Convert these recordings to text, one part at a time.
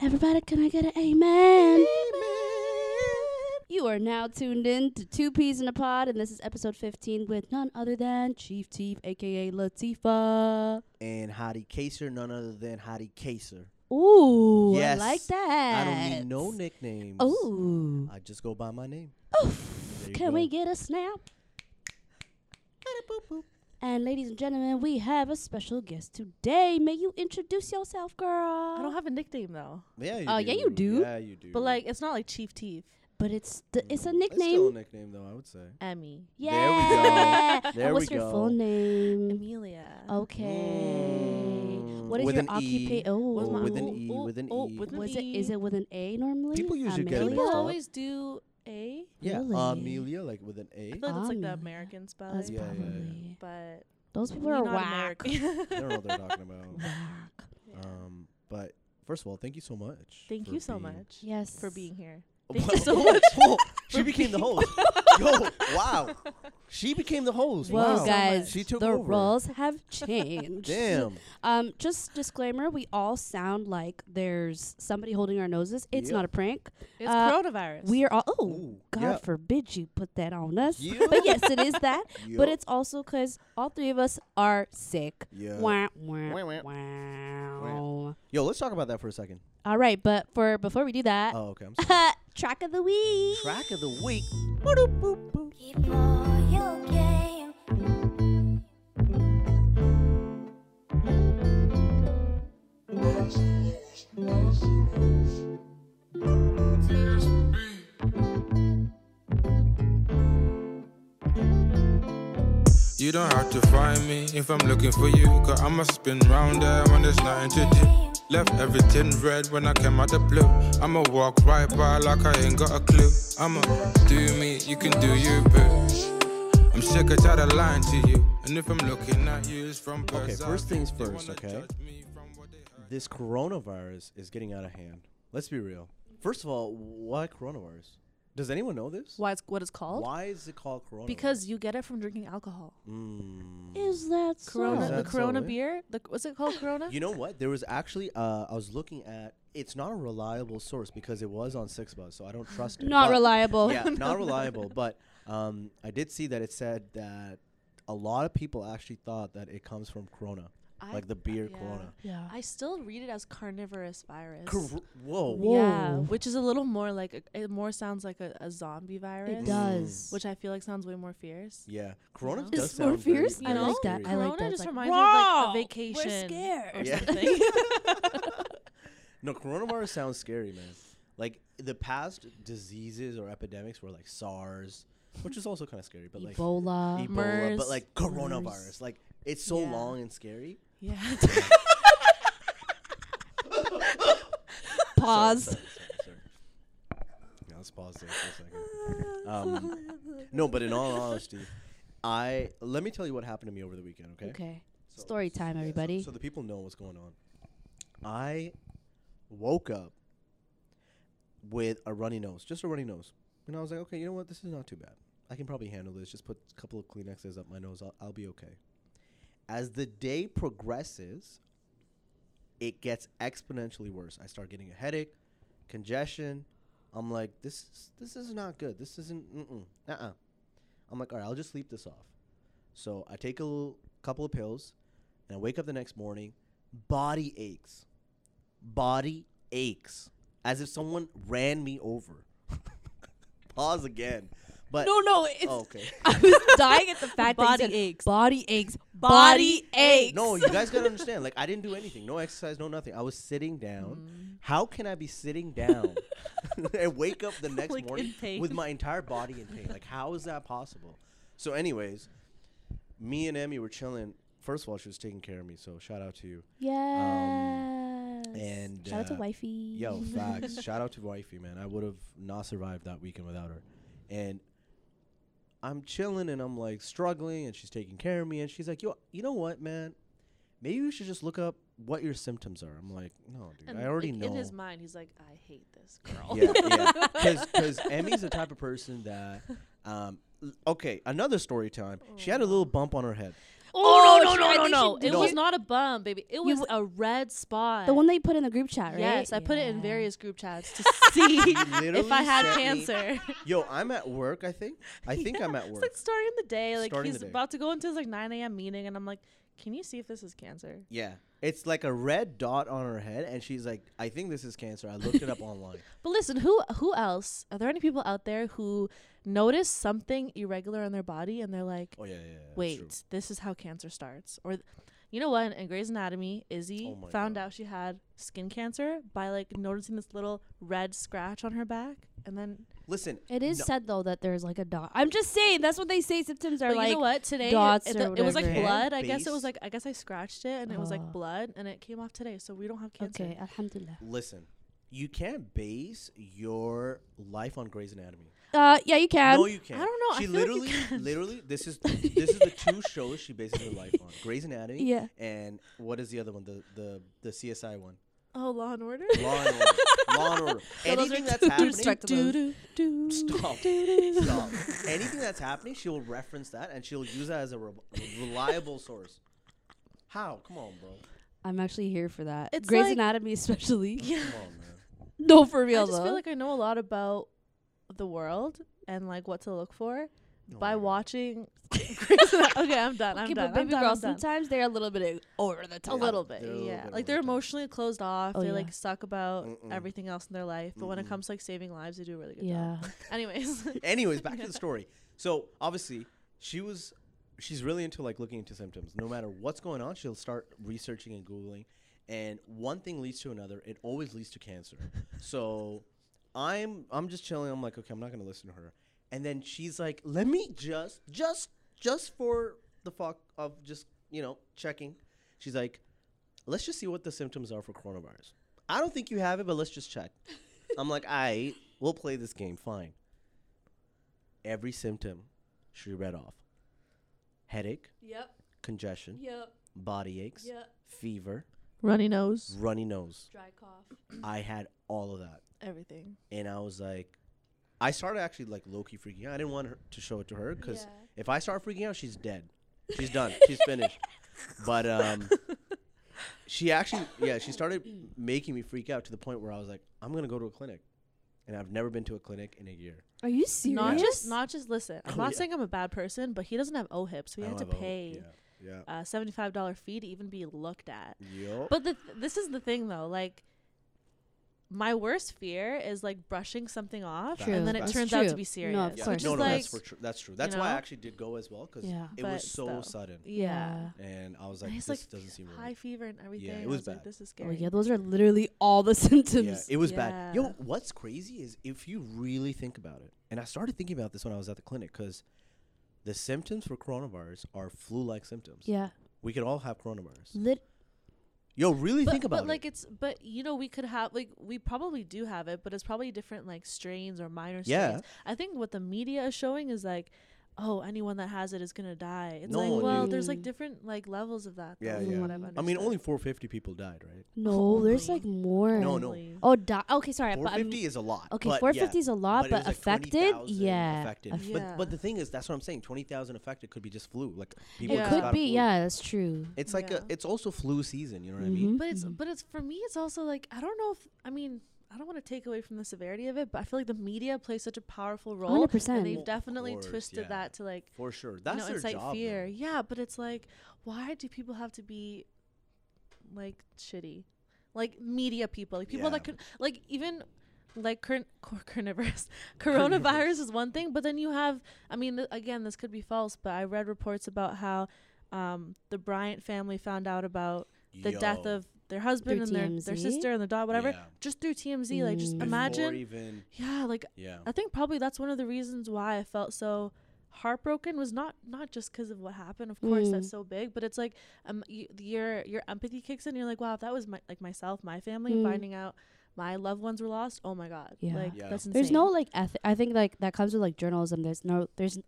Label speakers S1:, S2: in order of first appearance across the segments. S1: Everybody, can I get an amen? You are now tuned in to Two Peas in a Pod, and this is episode 15 with none other than Chief Teef, aka Latifa.
S2: And Hadi Kaser, none other than Hadi Kaser.
S1: Ooh,
S2: Yes.
S1: I like that.
S2: I don't need no nicknames.
S1: Ooh.
S2: I just go by my name. There you
S1: Can we
S2: go.
S1: get a snap? And ladies and gentlemen, we have a special guest today. May you introduce yourself, girl?
S3: I don't have a nickname though.
S2: Yeah, you
S1: Oh, yeah, you do.
S2: Yeah, you do.
S3: But like it's not like Chief Teef.
S1: but it's the, it's a
S2: It's still a
S1: nickname.
S2: nickname, though, I would say.
S3: Emmy.
S2: There we go.
S1: yeah. And
S2: There we
S1: what's your full
S2: go.
S1: name?
S3: Amelia.
S1: Okay. What is
S2: With
S1: your
S2: an E.
S1: occupation? Oh,
S2: With
S3: my-
S2: an
S3: oh,
S2: E,
S3: oh,
S2: with an
S3: oh,
S2: E.
S3: with an
S1: Was it
S3: E.
S1: is it with an A normally? Uh,
S2: People usually get it
S1: Amelia?
S3: People
S2: mixed up.
S3: always do A.
S2: Yeah,
S1: Really?
S2: Amelia, like with an
S3: I
S2: A.
S3: feel like that's like
S1: Amelia.
S3: the American spelling.
S1: That's
S2: Yeah, yeah, yeah.
S1: probably.
S3: But
S1: Those people
S3: we
S1: are
S3: not
S1: whack.
S3: American.
S2: I don't know what they're talking about.
S1: Whack.
S2: Um, but first of all, thank you so much.
S3: Thank
S2: for
S3: you so
S2: being-
S3: much
S1: Yes.
S3: for being here. Thank you
S2: Whoa,
S3: so
S2: whoa,
S3: much.
S2: whoa.
S3: for
S2: she became the
S3: being-
S2: host. Yo, wow. She became the host.
S3: Thank you
S1: Well,
S2: wow.
S3: so
S1: guys,
S3: much.
S2: She took
S1: the
S2: over.
S1: roles have changed.
S2: Damn.
S1: Um, just disclaimer: we all sound like there's somebody holding our noses. It's
S2: Yep.
S1: not a prank.
S3: It's
S1: Uh,
S3: coronavirus.
S1: We are all. Oh,
S2: Ooh,
S1: God
S2: yeah.
S1: forbid you put that on us.
S2: Yeah.
S1: But yes, it is that. But
S2: Yo.
S1: it's also because all three of us are sick.
S2: Yeah.
S1: Wah, wah,
S2: Wah, wah.
S1: wow.
S2: Yo, let's talk about that for a second.
S1: All right, but for before we do that,
S2: Oh, okay. I'm sorry.
S1: track of the week.
S2: Track of the week.
S4: Keep on your game.
S5: You don't have to find me if I'm looking for you. Cause I'ma spin round there when there's nothing to do. Left everything red when I came out the blue. I'ma walk right by like I ain't got a clue. I'ma do me, you can do you, boo. I'm sick of tired of lying to you. And if I'm looking at you, it's from
S2: Okay,
S5: bird's eye
S2: first things
S5: view. They
S2: first,
S5: wanna
S2: okay?
S5: judge me from what they heard.
S2: This coronavirus is getting out of hand. Let's be real. First of all, why coronavirus? Does anyone know this?
S3: why it's what it's called?
S2: Why is it called coronavirus?
S3: Because you get it from drinking alcohol.
S2: Mm.
S1: Is that so?
S3: Corona,
S2: Is
S3: the
S2: that so,
S3: Corona
S2: eh?
S3: beer. The, what's it called? Corona.
S2: You know what? There was actually uh, I was looking at. It's not a reliable source because it was on Sixbuzz, so I don't trust it.
S1: Not
S2: But-
S1: reliable.
S2: Uh, Yeah, not reliable. But um, I did see that it said that a lot of people actually thought that it comes from Corona,
S3: I-
S2: like the beer
S3: yeah.
S2: Corona.
S1: Yeah.
S3: I still read it as carnivorous virus.
S2: Cor- whoa.
S1: Wha-
S3: Yeah,
S1: Whoa.
S3: which is a little more like a, it more sounds like a, a zombie virus.
S1: It does.
S3: Which I feel like sounds way more fierce.
S2: Yeah, Corona
S3: It's
S2: does
S1: more
S2: sound very-
S1: fierce.
S2: very
S3: I like
S1: that.
S2: scary.
S1: I like
S3: Corona
S1: that. It's
S3: just
S1: like,
S3: reminds me of
S1: "Wow,
S3: like a
S1: we're
S3: vacation.
S1: scared."
S3: Or
S2: Yeah.
S3: something.
S2: No, coronavirus sounds scary, man. Like the past diseases or epidemics were like SARS, which is also kind of scary, but like
S1: Ebola.
S2: Ebola, but
S3: MERS,
S2: like coronavirus. Like it's so
S3: Yeah.
S2: long and scary.
S3: yeah.
S1: Pause.
S2: Sorry, sorry, sorry, sorry. Yeah, let's pause there for a second. Um, no, but in all honesty, I let me tell you what happened to me over the weekend. Okay.
S1: Okay. Story time, everybody.
S2: So the people know what's going on. I woke up with a runny nose, just a runny nose, and I was like, okay, you know what? This is not too bad. I can probably handle this. Just put a couple of Kleenexes up my nose. I'll, I'll be okay. As the day progresses, it gets exponentially worse. I start getting a headache, congestion. I'm like, this is, this is not good. This isn't mm-mm, uh-uh. I'm like, all right, I'll just sleep this off. So I take a little, couple of pills, and I wake up the next morning, body aches, body aches, as if someone ran me over. Pause again. But
S1: No, no, it's.
S2: oh, okay.
S1: I was dying at the fact
S3: Body
S1: that you said
S3: aches.
S1: Body aches.
S3: Body
S1: Body aches.
S2: No, you guys gotta understand. Like, I didn't do anything. No exercise, no nothing. I was sitting down.
S3: Mm.
S2: How can I be sitting down and wake up the next
S3: Like, in
S2: morning
S3: pain.
S2: with my entire body in pain? Like, how is that possible? So, anyways, me and Emmy were chilling. First of all, she was taking care of me, so shout out to you.
S1: Yes.
S2: and,
S1: shout out to
S2: uh,
S1: wifey.
S2: Yo, facts. Shout out to wifey, man. I would have not survived that weekend without her. And I'm chilling and I'm like struggling, and she's taking care of me. And she's like, "Yo, you know what, man? Maybe you should just look up what your symptoms are." I'm like, "No, dude,
S3: And,
S2: I already
S3: Um, like,
S2: know."
S3: In his mind, he's like, I hate this girl.
S2: yeah, yeah. Because Emmy's the type of person that, um, l- okay, another story time. She had a little bump on her head.
S1: Oh,
S3: no,
S1: shit,
S3: no,
S1: I
S3: no,
S1: think
S3: no.
S1: she
S3: It
S1: did.
S3: was not a bum, baby. It was a red spot.
S1: The one that you put in the group chat, right?
S3: Yes, I put it in
S1: Yeah.
S3: various group chats to see if I
S2: literally
S3: had
S2: sent me-
S3: cancer.
S2: Yo, I'm at work. I think. I think I'm
S3: Yeah,
S2: at
S3: It's
S2: work.
S3: like starting the day. Like
S2: Starting
S3: he's
S2: the day.
S3: about to go into his like 9 a.m. meeting, and I'm like, can you see if this is cancer?
S2: yeah. It's like a red dot on her head, and she's like, "I think this is cancer." I looked it up online.
S3: But listen, who who else? Are there any people out there who notice something irregular on their body and they're like,
S2: Oh yeah, yeah. yeah that's
S3: wait,
S2: true.
S3: this is how cancer starts? Or, th- you know what? In Grey's Anatomy, Izzy
S2: Oh my
S3: found
S2: God.
S3: out she had skin cancer by like noticing this little red scratch on her back, and then
S2: Listen,
S1: It is
S2: no-
S1: said though that there's like a dot. I'm just saying that's what they say. Symptoms are
S3: But
S1: like
S3: you know what? Today
S1: dots
S3: it,
S1: or
S3: it was like
S1: whatever.
S3: blood. I guess it
S2: Base.
S3: was like I guess I scratched it and it was
S1: Oh.
S3: like blood and it came off today, so we don't have cancer.
S1: okay, alhamdulillah.
S2: listen. You can't base your life on Grey's Anatomy.
S1: Uh, yeah, you can.
S2: no, you can't.
S3: I don't know, I
S2: She
S3: feel like you
S2: literally,
S3: can.
S2: literally, this is this is the two shows she bases her life on: Grey's Anatomy.
S1: Yeah.
S2: And what is the other one? The the the CSI one.
S3: Oh, Law and Order.
S2: Law and Order. Law and Order. Anything that's happening. Stop. Stop. Anything that's happening, she will reference that and she'll use that as a re- reliable source. How? Come on, bro.
S1: I'm actually here for that.
S3: It's
S1: Grey's
S3: like-
S1: Anatomy, especially.
S3: Yeah.
S2: Come on, man.
S1: no, for
S3: I
S1: real
S3: just
S1: though.
S3: feel like I know a lot about the world and like what to look for
S2: No
S3: by
S2: way.
S3: watching. Grey's Anat- okay, I'm done. I'm
S1: okay,
S3: done.
S1: but
S3: I'm
S1: baby
S3: done,
S1: girl,
S3: I'm done.
S1: sometimes they're a little bit over the
S3: a
S1: top.
S3: little
S2: they're
S3: bit,
S2: a little
S3: yeah.
S2: bit
S3: like they're
S2: over the top.
S3: emotionally closed off.
S1: Oh,
S3: they
S1: yeah.
S3: like suck about
S2: Mm-mm.
S3: everything else in their life, but when
S2: Mm-mm.
S3: it comes to like saving lives, they do a really good job.
S1: Yeah.
S3: Anyways,
S2: Anyways, back to the story. So obviously, she was, she's really into like looking into symptoms. No matter what's going on, she'll start researching and googling, and one thing leads to another. It always leads to cancer. so, I'm I'm just chilling. I'm like, okay, I'm not gonna listen to her. And then she's like, let me just just just for the fuck of just you know checking. She's like, let's just see what the symptoms are for coronavirus. I don't think you have it, but let's just check. I'm like, I we'll play this game, fine. Every symptom she read off headache,
S1: yep.
S2: congestion,
S1: Yep.
S2: body aches,
S1: Yep.
S2: fever,
S3: runny nose,
S2: runny nose.
S1: Dry cough.
S2: I had all of that.
S3: everything.
S2: And I was like, I started actually like low key freaking out. I didn't want her to show it to her because
S1: Yeah.
S2: if I start freaking out, she's dead. She's done. she's finished. But um, she actually, yeah, she started making me freak out to the point where I was like, I'm going to go to a clinic. And I've never been to a clinic in a year.
S1: Are you serious?
S3: Not just not just listen. I'm
S2: Oh,
S3: not
S2: yeah.
S3: saying I'm a bad person, but he doesn't have OHIP, so he
S2: I
S3: had to
S2: don't have a-
S3: pay
S2: Yeah. yeah.
S3: a seventy-five dollar fee to even be looked at.
S2: Yup.
S3: But the th- this is the thing though, like my worst fear is like brushing something off,
S2: True,
S3: and then it
S2: that's
S3: turns out to
S1: true.
S3: be serious.
S1: No, of
S2: Yeah,
S1: course.
S2: no,
S1: Just
S2: no,
S1: like-
S2: that's for tru- that's true. That's why I
S3: know?
S2: actually did go as well because
S1: Yeah.
S2: it
S3: But
S2: was so
S3: still.
S2: sudden,
S3: Yeah.
S2: and I was
S3: And
S2: like,
S3: he's
S2: this
S3: like
S2: doesn't seem
S3: high
S2: right.
S3: fever and everything.
S2: it
S3: I
S2: was
S3: like,
S2: bad.
S3: this is
S1: Oh
S3: scary.
S1: yeah, those are literally all the symptoms.
S2: Yeah, it was bad. Yo,
S3: Yeah.
S2: what's crazy is if you really think about it, and I started thinking about this when I was at the clinic because the symptoms for coronavirus are flu-like symptoms.
S1: Yeah. Mm.
S2: We could all have coronavirus.
S1: Lit-
S2: Yo, really
S3: but,
S2: think about
S3: but
S2: it.
S3: like it's but you know we could have like we probably do have it but it's probably different like strains or minor
S2: Yeah.
S3: strains i think what the media is showing is like oh anyone that has it is gonna die it's
S2: No,
S3: like well there's
S1: Mm.
S3: like different like levels of that
S2: Yeah,
S3: though, from
S1: yeah.
S3: what I've
S1: I
S2: I mean,
S3: understood.
S2: only 450 people died, right?
S1: no, there's like more.
S2: No, no.
S3: Only.
S1: Oh, di- okay, sorry. But I'm,
S2: 450 is a lot.
S1: okay,
S2: but
S1: 450
S2: yeah.
S1: is a lot,
S2: it
S1: but,
S2: was, like,
S1: affected,
S2: 20,000
S1: yeah.
S2: affected.
S1: Aff-
S2: But, but
S3: Yeah.
S2: the thing is, that's what I'm saying. 20,000 affected could be just flu. Like
S1: It
S2: people
S3: Yeah.
S2: just
S1: could
S2: got a
S1: be,
S2: flu.
S1: yeah, that's true.
S2: It's like a,
S3: Yeah. Mm-hmm.
S2: it's also flu season. You know what I
S1: Mhm.
S2: mean?
S3: but it's but it's for me it's also like i don't know if i mean i don't want to take away from the severity of it but i feel like the media plays such a powerful role and
S1: 100%.
S3: they've
S2: Well, of
S3: definitely
S2: course,
S3: twisted
S2: yeah.
S3: that to like
S2: For sure, that's
S3: you know,
S2: their
S3: incite
S2: job.
S3: fear.
S2: though.
S3: Yeah, but it's like, why do people have to be like shitty, like media people, like people that
S2: Yeah.
S3: could, like even like current cor- carnivorous coronavirus is one thing, but then you have, I mean, th- again, this could be false, but I read reports about how um, the Bryant family found out about the death
S2: Yo,
S3: of their husband
S1: Through
S3: and their, their
S1: TMZ?
S3: sister and their daughter, whatever,
S2: Yeah.
S3: just through TMZ. Like, just
S1: Mm. Before
S3: imagine,
S2: Before even
S3: yeah, like
S2: yeah.
S3: I think probably that's one of the reasons why I felt so heartbroken was not not just because of what happened. Of course, that's
S1: Mm.
S3: so big, but it's like um y- your your empathy kicks in. You're like, wow, if that was my like myself, my family
S1: Mm.
S3: finding out my loved ones were lost. Oh my god,
S1: Yeah.
S3: like
S2: Yeah.
S3: that's insane.
S1: There's no like eth- I think like that comes with like journalism. There's no there's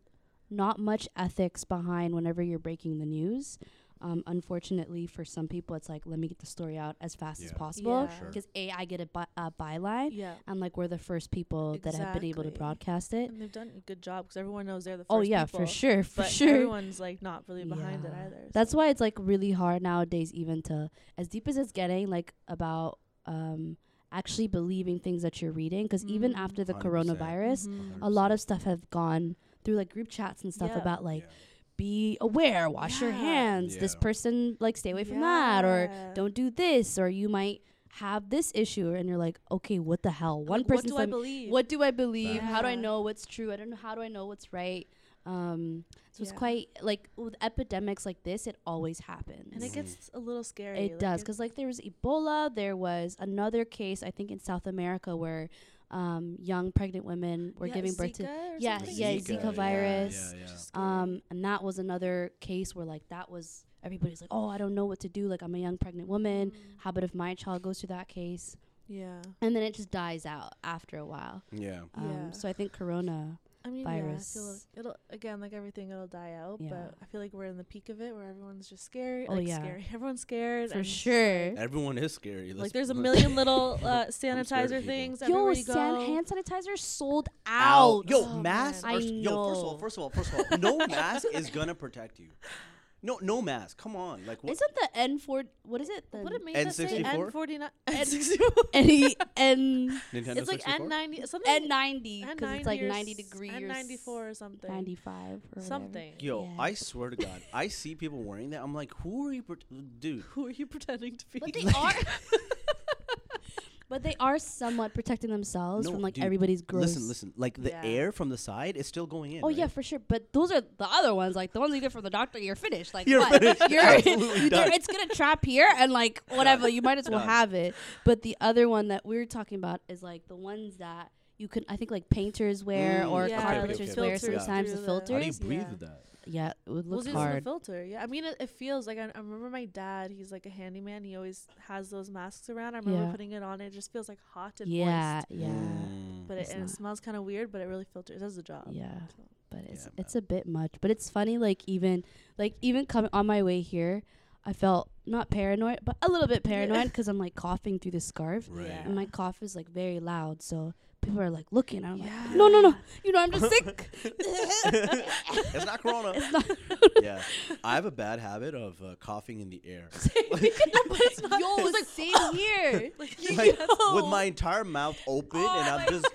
S1: not much ethics behind whenever you're breaking the news. Um, unfortunately, for some people, it's like, let me get the story out as fast as
S2: Yeah.
S1: possible.
S3: Yeah. Sure.
S1: Because, A, I get a, by- a byline,
S3: Yeah.
S1: and like we're the first people that have been able to
S3: Exactly.
S1: broadcast it.
S3: And they've done a good job because everyone knows they're the first
S1: Oh, yeah, for
S3: people,
S1: sure. For
S3: But
S1: sure.
S3: everyone's like not really behind it
S1: Yeah.
S3: either.
S1: That's why it's like really hard nowadays, even to as deep as it's getting, like about um, actually believing things that you're reading. Because even
S3: Mm.
S1: after the
S2: 100%.
S1: coronavirus,
S3: Mhm.
S1: a lot of stuff have gone through like group chats and stuff
S3: Yeah.
S1: about like
S2: Yeah.
S1: be aware, wash your
S3: Yeah.
S1: hands. This
S2: Yeah.
S1: person like stay away from that, or
S3: Yeah.
S1: don't do this, or you might have this issue, and you're like, okay, what the hell?
S3: I'm
S1: One
S3: like,
S1: person
S3: What do I believe?
S1: what do I believe? How do I
S3: Yeah.
S1: know what's true? I don't know. How do I know what's right? Um, so it's
S3: Yeah.
S1: quite like with epidemics like this, it always happens.
S3: and it gets a little scary.
S1: it
S3: like,
S1: does because like there was Ebola, there was another case I think in South America where um, young pregnant women were
S3: Yeah,
S1: giving birth to.
S3: "Ah, Zika or
S1: yeah,
S3: something?
S1: yeah, Zika Zika, virus.
S2: Yeah, yeah.
S1: Um, and that was another case where like that was everybody's like, oh, I don't know what to do. Like I'm a young pregnant woman.
S3: Mm.
S1: How about if my child goes through that case?
S3: Yeah.
S1: And then it just dies out after a while.
S2: yeah.
S1: Um,
S3: Yeah.
S1: So I think Corona
S3: I mean, yeah, I feel
S1: virus.
S3: like it'll again like everything it'll die out,
S1: Yeah.
S3: but I feel like we're in the peak of it where everyone's just scared.
S1: Oh,
S3: like,
S1: yeah.
S3: scary. Everyone's scared
S1: for
S3: and just,
S1: sure.
S2: Everyone is scary.
S3: Like
S2: Let's-
S3: there's a
S2: let's-
S3: million little uh,
S2: scared of people.
S3: sanitizer things
S1: Yo,
S3: everywhere you
S1: san-
S3: go.
S1: hand sanitizer sold
S2: Ow.
S1: out.
S2: Yo,
S3: Oh,
S2: mask.
S1: man.
S2: First,
S1: I
S2: Yo, first of
S1: know.
S2: all, first of all, first of all, no mask is gonna protect you. No, no mask. Come on, like what?
S1: Isn't the N four? What is it? The
S3: what it made that say
S2: N64?
S3: N49
S1: N E, N
S2: Nintendo
S3: It's like
S2: 64?
S3: N90 something
S1: N ninety because it's like
S3: or
S1: ninety
S3: s-
S1: degrees.
S3: N94 or something.
S1: Ninety five or whatever.
S3: something.
S2: Yo,
S1: Yeah.
S2: I swear to God, I see people wearing that. I'm like, who are you, pro- dude?
S3: Who are you pretending to be?
S1: But they are. But they are somewhat protecting themselves
S2: No,
S1: from like
S2: dude,
S1: everybody's gross.
S2: Listen, listen. Like the
S3: Yeah.
S2: air from the side is still going in.
S1: Oh yeah,
S2: right?
S1: for sure. But those are the other ones, like the ones you get from the doctor. You're finished. Like
S2: You're
S1: what?
S2: finished.
S1: You're
S2: Absolutely
S1: you
S2: done.
S1: It's gonna trap here and like whatever. You might as well
S2: Done.
S1: have it. But the other one that we're talking about is like the ones that you can. I think like painters wear
S2: Mm,
S1: or
S2: Yeah,
S1: carpenters
S2: like
S1: wear
S2: filters
S1: sometimes the
S3: through the-
S2: How do you
S1: filters.
S3: Yeah.
S2: breathe with that?
S1: Yeah, it would look
S3: Well, it's in the
S1: hard.
S3: filter. Yeah, I mean, it, it feels like I, I remember my dad. He's like a handyman. He always has those masks around. I remember
S1: Yeah.
S3: putting it on. It just feels like hot and
S1: Yeah,
S3: moist.
S1: yeah,
S2: Mm.
S3: But it,
S1: it's
S3: and it
S1: not.
S3: smells kind of weird, but it really filters. It does the job.
S1: yeah.
S3: So,
S1: But it's
S2: Yeah,
S1: it's a bit much. But it's funny. Like even like even coming on my way here, I felt not paranoid, but a little bit paranoid because I'm like coughing through the scarf.
S2: Right.
S3: Yeah.
S1: and my cough is like very loud, so people are like looking. I'm like,
S3: Yeah.
S1: no, no, no, you know, I'm just sick.
S2: it's not corona.
S1: It's not.
S2: yeah, I have a bad habit of uh, coughing in the air.
S1: Yo, it's like same here.
S2: like with my entire mouth open
S1: Oh
S2: and I'm just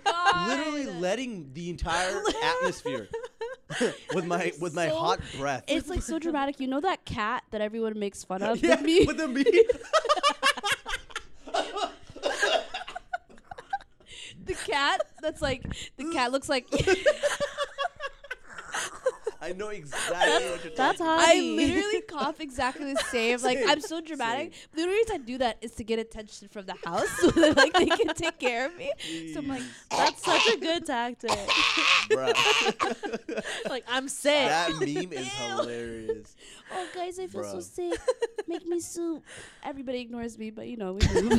S2: literally letting the entire atmosphere with my with my
S1: so-
S2: hot breath.
S1: It's like so dramatic. You know that cat that everyone makes fun of?
S2: yeah,
S1: The me-
S2: with the meat.
S1: the cat that's like the cat looks like.
S2: I know exactly what you're
S3: That's
S2: talking
S3: hot.
S1: I literally cough exactly the same. Like
S2: Same,
S1: I'm so dramatic. The only reason I do that is to get attention from the house, so that like they can take care of me. So I'm like,
S3: That's such a good tactic.
S2: about, bruh.
S3: like I'm sick.
S2: That meme is hilarious.
S1: Oh, guys, I feel so
S2: Bro.
S1: sick. Make me soup. Everybody ignores me, but you know, we do.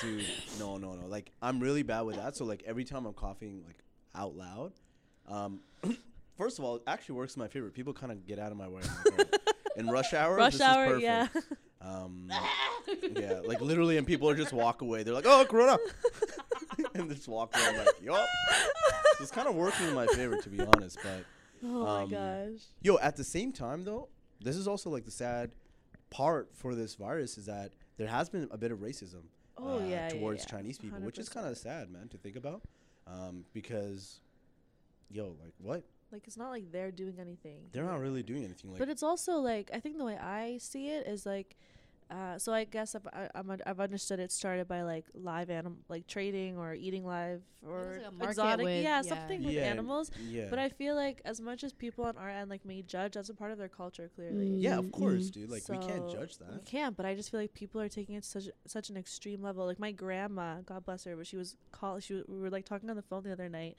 S2: Dude, no, no, no. Like I'm really bad with that. So like every time I'm coughing like out loud, um first of all, it actually works in my favor. People kind of get out of my way. In rush hour,
S3: Rush
S2: this is
S3: hour.
S2: perfect.
S3: Yeah.
S2: Um, yeah, like literally, and people are just walk away. They're like, "Oh, Corona," and just walk away. I'm like, "Yup." So it's kind of working in my favor, to be honest. But
S3: Oh
S2: Um,
S3: my gosh.
S2: yo, at the same time, though, this is also like the sad part for this virus is that there has been a bit of racism
S3: Oh, yeah, yeah,
S2: uh, towards
S3: yeah.
S2: Chinese people, which is
S3: 100%.
S2: kind of sad, man, to think about. Um, because, yo, like, what?
S3: Like it's not like they're doing anything.
S2: They're not
S3: Yeah.
S2: really doing anything. Like,
S3: but it's also like I think the way I see it is like, uh, so I guess I've, I, I'm, I've understood it started by like live animal, like trading or eating live or
S1: like a market
S3: exotic,
S1: with-
S3: yeah,
S1: yeah.
S3: something with
S2: Yeah,
S3: animals.
S2: yeah,
S3: But I feel like as much as people on our end like may judge, that's a part of their culture
S1: Mm.
S3: clearly.
S2: yeah, of
S1: Mm,
S2: course,
S1: mm.
S2: dude. Like, we can't
S3: So,
S2: judge that.
S3: We can't, but I just feel like people are taking it to such such an extreme level. Like my grandma, God bless her, but she was call she w- we were like talking on the phone the other night,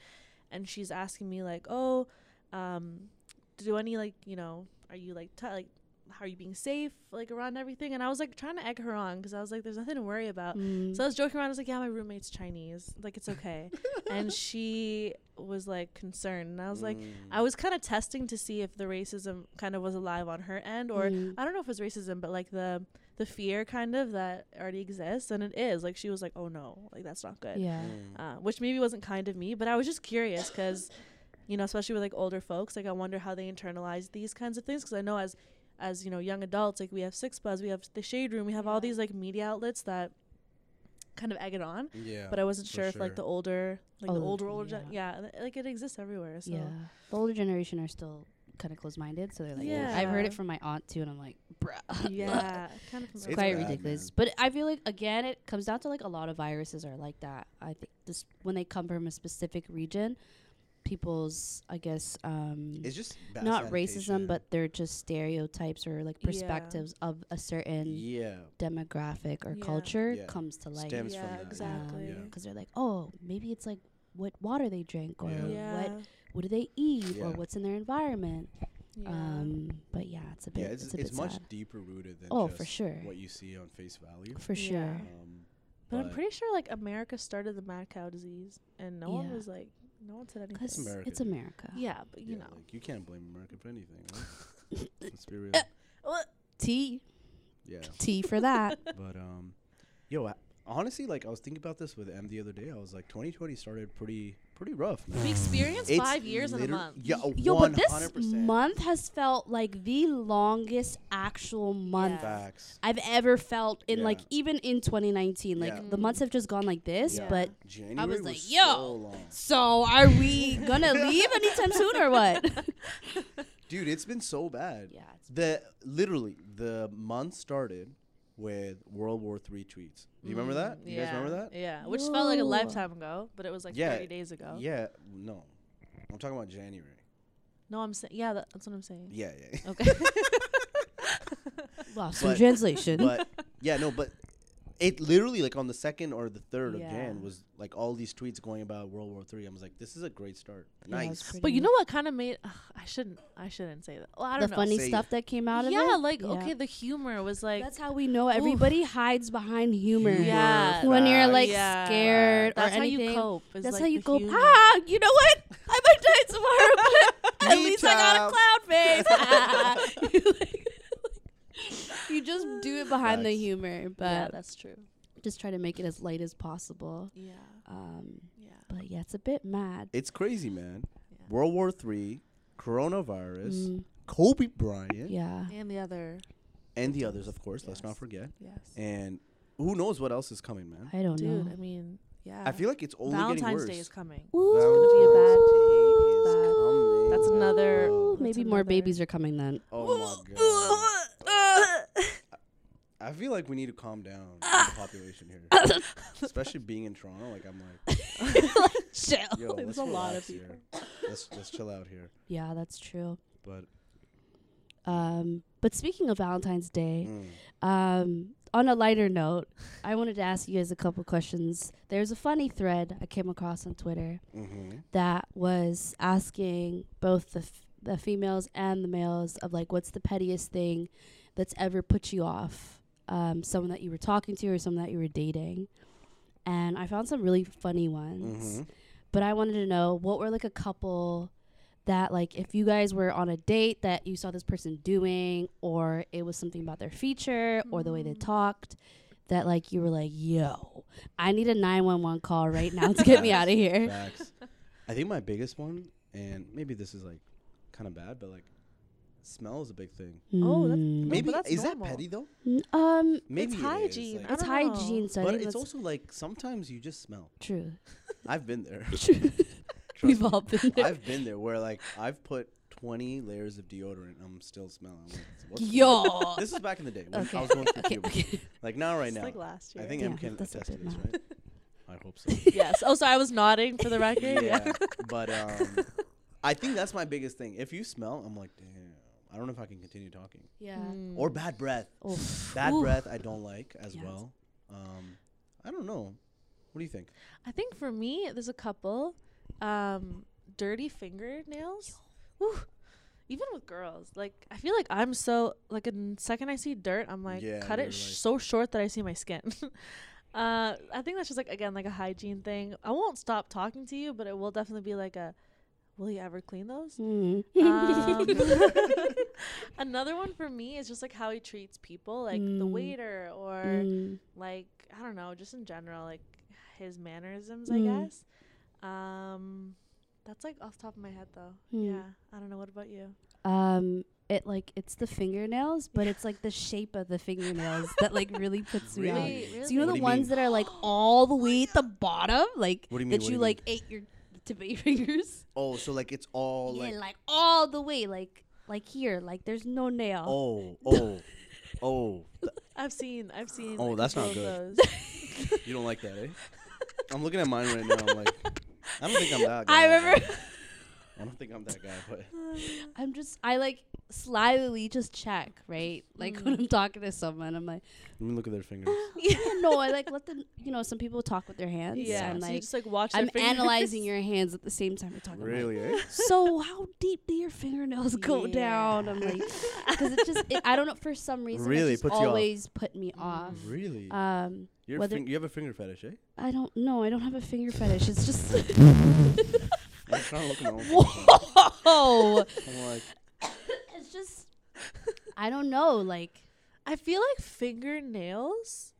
S3: and she's asking me like, oh, um, do any like you know are you like t- like how are you being safe like around everything? And I was like trying to egg her on because I was like, there's nothing to worry about.
S1: Mm.
S3: So I was joking around. I was like, yeah, my roommate's Chinese. Like it's okay. and she was like concerned, and I was like,
S2: Mm,
S3: I was kind of testing to see if the racism kind of was alive on her end, or
S1: Mm.
S3: I don't know if it was racism, but like the the fear kind of that already exists, and it is. Like she was like, oh no, like that's not good
S1: yeah.
S2: mm.
S3: uh, which maybe wasn't kind of me, but I was just curious because, you know, especially with like older folks, like I wonder how they internalize these kinds of things because I know as, as you know, young adults, like we have Six Buzz, we have the Shade Room, we have all these like media outlets that kind of egg it on.
S2: Yeah.
S3: but I wasn't
S2: for
S3: sure, if like
S2: sure.
S3: the older, like
S1: Oh,
S3: the older, older, gen-
S1: yeah.
S3: yeah, th- like it exists everywhere. So
S1: Yeah. The older generation are still kind of close minded. So they're like, I've heard
S3: Yeah.
S1: it from my aunt too. And I'm like, bruh.
S3: yeah, kind of.
S1: it's
S2: It's
S1: quite
S3: familiar.
S2: bad,
S1: ridiculous.
S2: man.
S1: But I feel like, again, it comes down to like a lot of viruses are like that. I think this, when they come from a specific region, people's, I guess, um,
S2: it's just bad
S1: not
S2: sanitation.
S1: racism, but they're just stereotypes or like
S3: Yeah.
S1: perspectives of a certain
S2: yeah,
S1: demographic or
S3: Yeah.
S1: culture
S2: Yeah.
S1: comes to light.
S2: stems
S3: Yeah,
S2: from that.
S3: exactly.
S2: Yeah.
S1: because they're like, oh, maybe it's like what water they drink or
S2: Yeah.
S3: yeah.
S1: what what do they eat or
S2: Yeah.
S1: what's in their environment.
S3: yeah.
S1: Um, but yeah, it's a bit.
S2: yeah, it's,
S1: a
S2: it's
S1: bit
S2: much
S1: sad.
S2: deeper rooted than
S1: Oh,
S2: just
S1: for sure.
S2: what you see on face value.
S1: For
S3: Yeah.
S1: sure.
S2: Um,
S3: but I'm pretty sure like America started the mad cow disease, and no one
S1: Yeah.
S3: was like, no one said anything.
S1: Because
S2: America.
S1: it's America.
S3: Yeah, but you
S2: yeah,
S3: know.
S2: like you can't blame America for anything. Right? Let's be real.
S1: Tea.
S2: Yeah,
S1: Tea for that.
S2: but um, yo, I, honestly, like I was thinking about this with M the other day. I was like, 2020 started pretty pretty rough. man.
S3: We experienced
S2: It's
S3: five years in a
S2: liter-
S3: month.
S2: Yeah,
S1: Yo, but this
S2: 100%.
S1: month has felt like the longest actual month
S3: Yeah.
S2: Facts.
S1: I've ever felt in
S2: Yeah.
S1: like even in 2019. Like
S2: Yeah.
S1: the months have just gone like this,
S2: Yeah.
S1: but
S2: January
S1: like,
S2: was
S1: yo.
S2: so long.
S1: so are we gonna leave anytime soon or what?
S2: dude, it's been so bad.
S1: yeah, it's
S2: The literally the month started with World War Three tweets. Do you remember
S1: Mm-hmm.
S2: that? Do you guys remember that?
S3: Yeah, which felt like a
S1: No.
S3: lifetime ago, but it was like
S2: Yeah,
S3: 30 days ago.
S2: Yeah, no, I'm talking about January.
S3: No, I'm saying, yeah, that, that's what I'm
S1: Mm-hmm.
S3: saying.
S2: Yeah, yeah.
S3: Okay.
S1: lost in
S2: But-
S1: translation.
S2: but yeah, no, but it literally like on the second or the third
S3: Yeah.
S2: of Jan was like all these tweets going about World War Three. I was like, this is a great start.
S1: Yeah, it's
S2: Nice.
S1: pretty
S3: but you
S1: much-
S3: know what kind of made? Ugh, I shouldn't. I shouldn't say that. Well, I
S1: the
S3: don't know.
S1: funny
S2: Safe.
S1: stuff that came out of it.
S3: yeah, like
S1: Yeah.
S3: okay, the humor was like.
S1: That's how we know everybody hides behind humor.
S3: Yeah.
S1: When you're like
S3: Yeah.
S1: scared
S3: That's
S1: or
S3: how you
S1: anything.
S3: cope, is,
S1: That's
S3: like,
S1: how you
S3: the
S1: cope.
S3: humor.
S1: Ah, you know what? I might die tomorrow, but at
S2: Me
S1: least
S2: Um,
S1: I got a clown face. You, like- you just do it behind the
S2: Facts.
S1: humor, but
S3: yeah, that's true.
S1: just try to make it as light as possible.
S3: Yeah,
S1: Um,
S3: yeah,
S1: but yeah, it's a bit mad.
S2: It's crazy, man.
S3: Yeah.
S2: World War Three, coronavirus,
S1: Mm,
S2: Kobe Bryant,
S1: yeah.
S3: and the other.
S2: and the others, of course. Let's not
S3: Yes.
S2: forget.
S3: Yes,
S2: And who knows what else is coming, man?
S1: I don't
S3: dude.
S1: know.
S3: I mean, yeah.
S2: I feel like it's only getting
S3: Valentine's
S2: worse.
S3: Day is coming.
S1: Ooh.
S2: Valentine's Day is coming.
S3: That's another.
S2: Oh,
S1: Maybe
S3: that's
S1: more
S3: another-
S1: babies are coming then.
S2: Oh my god. I feel like we need to calm down the population here, especially being in Toronto. Like I'm like,
S1: Chill.
S2: yo, let's
S3: There's a lot
S2: relax
S3: of people.
S2: Here. Let's let's chill out here.
S1: Yeah, that's true.
S2: But
S1: Um, but speaking of Valentine's Day,
S2: mm,
S1: um, on a lighter note, I wanted to ask you guys a couple questions. There's a funny thread I came across on Twitter
S2: hmm
S1: that was asking both the f- the females and the males of like, what's the pettiest thing that's ever put you off? Um, someone that you were talking to or someone that you were dating. And I found some really funny ones
S2: hmm
S1: but I wanted to know what were like a couple that like if you guys were on a date that you saw this person doing or it was something about their feature or the way
S3: Mm.
S1: they talked that like you were like yo I need a 911 call right now to get me out of here
S2: facts. I think my biggest one, and maybe this is like kind of bad, but like smell is a big thing.
S3: Oh, that's-
S1: Mm.
S3: No, but
S2: Maybe
S3: that's
S2: is that
S3: normal.
S2: petty though?
S1: um
S2: Maybe it is,
S3: hygiene.
S2: like-
S3: I
S1: it's
S3: don't know.
S1: hygiene so I
S2: but
S1: think
S2: it's
S1: that's
S2: also like sometimes you just smell.
S1: true
S2: I've been there. Trust
S1: we've
S2: me.
S1: all been there
S2: I've been there where like I've put 20 layers of deodorant. I'm still smelling. I'm like, "What's going
S1: yo
S2: on?" This is back in the day. When I
S1: okay
S2: was going through
S1: okay
S2: puberty.
S1: okay
S2: Like now, right
S3: It's
S2: now.
S3: like last year.
S2: I think
S1: Yeah,
S2: M can
S1: that's a
S2: attest to
S1: bit
S2: this,
S1: mad.
S2: right? I hope so.
S3: yes. Oh, sorry. I was nodding for the record.
S2: yeah. But um, I think that's my biggest thing. If you smell, I'm like, damn. I don't know if I can continue talking.
S1: yeah
S3: Mm.
S2: Or bad breath.
S1: Oof.
S2: Bad
S1: Ooh.
S2: breath, I don't like as
S1: Yes.
S2: well. Um, I don't know. What do you think?
S3: I think for me, there's a couple. Um, dirty fingernails. Woo. even with girls, like I feel like I'm so like the second I see dirt, I'm like
S2: Yeah,
S3: cut
S2: you're
S3: it sh
S2: like-
S3: so short that I see my skin. uh, I think that's just like again like a hygiene thing. I won't stop talking to you, but it will definitely be like a, will you ever clean those?
S1: Mm.
S3: um, another one for me is just like how he treats people, like the
S1: Mm.
S3: waiter or
S1: Mm.
S3: like I don't know, just in general, like his mannerisms, I
S1: Mm.
S3: guess. Um, that's like off the top of my head though.
S1: Mm.
S3: Yeah, I don't know. What about you?
S1: Um, it like it's the fingernails, but it's like the shape of the fingernails that like really puts me
S2: Really?
S1: out.
S3: Wait,
S1: So you know
S2: What
S1: the
S2: do you
S1: ones
S2: mean?
S1: that are like all the way at the bottom, like
S2: What do you mean,
S1: that
S2: what
S1: you,
S2: do you
S1: like ate your tip of your fingers.
S2: Oh, so like it's all
S1: yeah,
S2: like,
S1: like, all the way, like like here, like there's no nail.
S2: oh, oh, oh.
S3: I've seen, I've seen.
S2: Oh,
S3: a
S2: that's not
S3: couple of
S2: good.
S3: those.
S2: You don't like that, eh? I'm looking at mine right now. I'm like, I don't think I'm that guy.
S1: I remember.
S2: I don't think I'm that guy, but
S3: Um,
S1: I'm just I like slyly just check right, like
S3: Mm.
S1: when I'm talking to someone, I'm like, "Oh,
S2: let me look at their fingers.
S1: no, I like let them. You know, some people talk with their hands.
S3: yeah,
S1: I'm
S3: so you
S1: like,
S3: just like watch. their
S1: I'm
S3: fingers.
S1: analyzing your hands at the same time we're talking. I'm like,
S2: Really, eh?
S1: so how deep do your fingernails go
S3: Yeah.
S1: down? I'm like, because it just, it, I don't know, for some reason,
S2: Really,
S1: it
S2: it
S1: just
S2: puts you off.
S1: always put
S3: Mm.
S1: me off.
S2: Really?
S3: uh,
S1: Um,
S2: You're
S1: whether-
S2: fing- you have a finger fetish, eh?
S1: I don't know. I don't have a finger fetish. It's just,
S2: I'm just trying to look at my own fingers.
S1: whoa,
S2: I'm like,
S1: it's just, I don't know. Like,
S3: I feel like fingernails.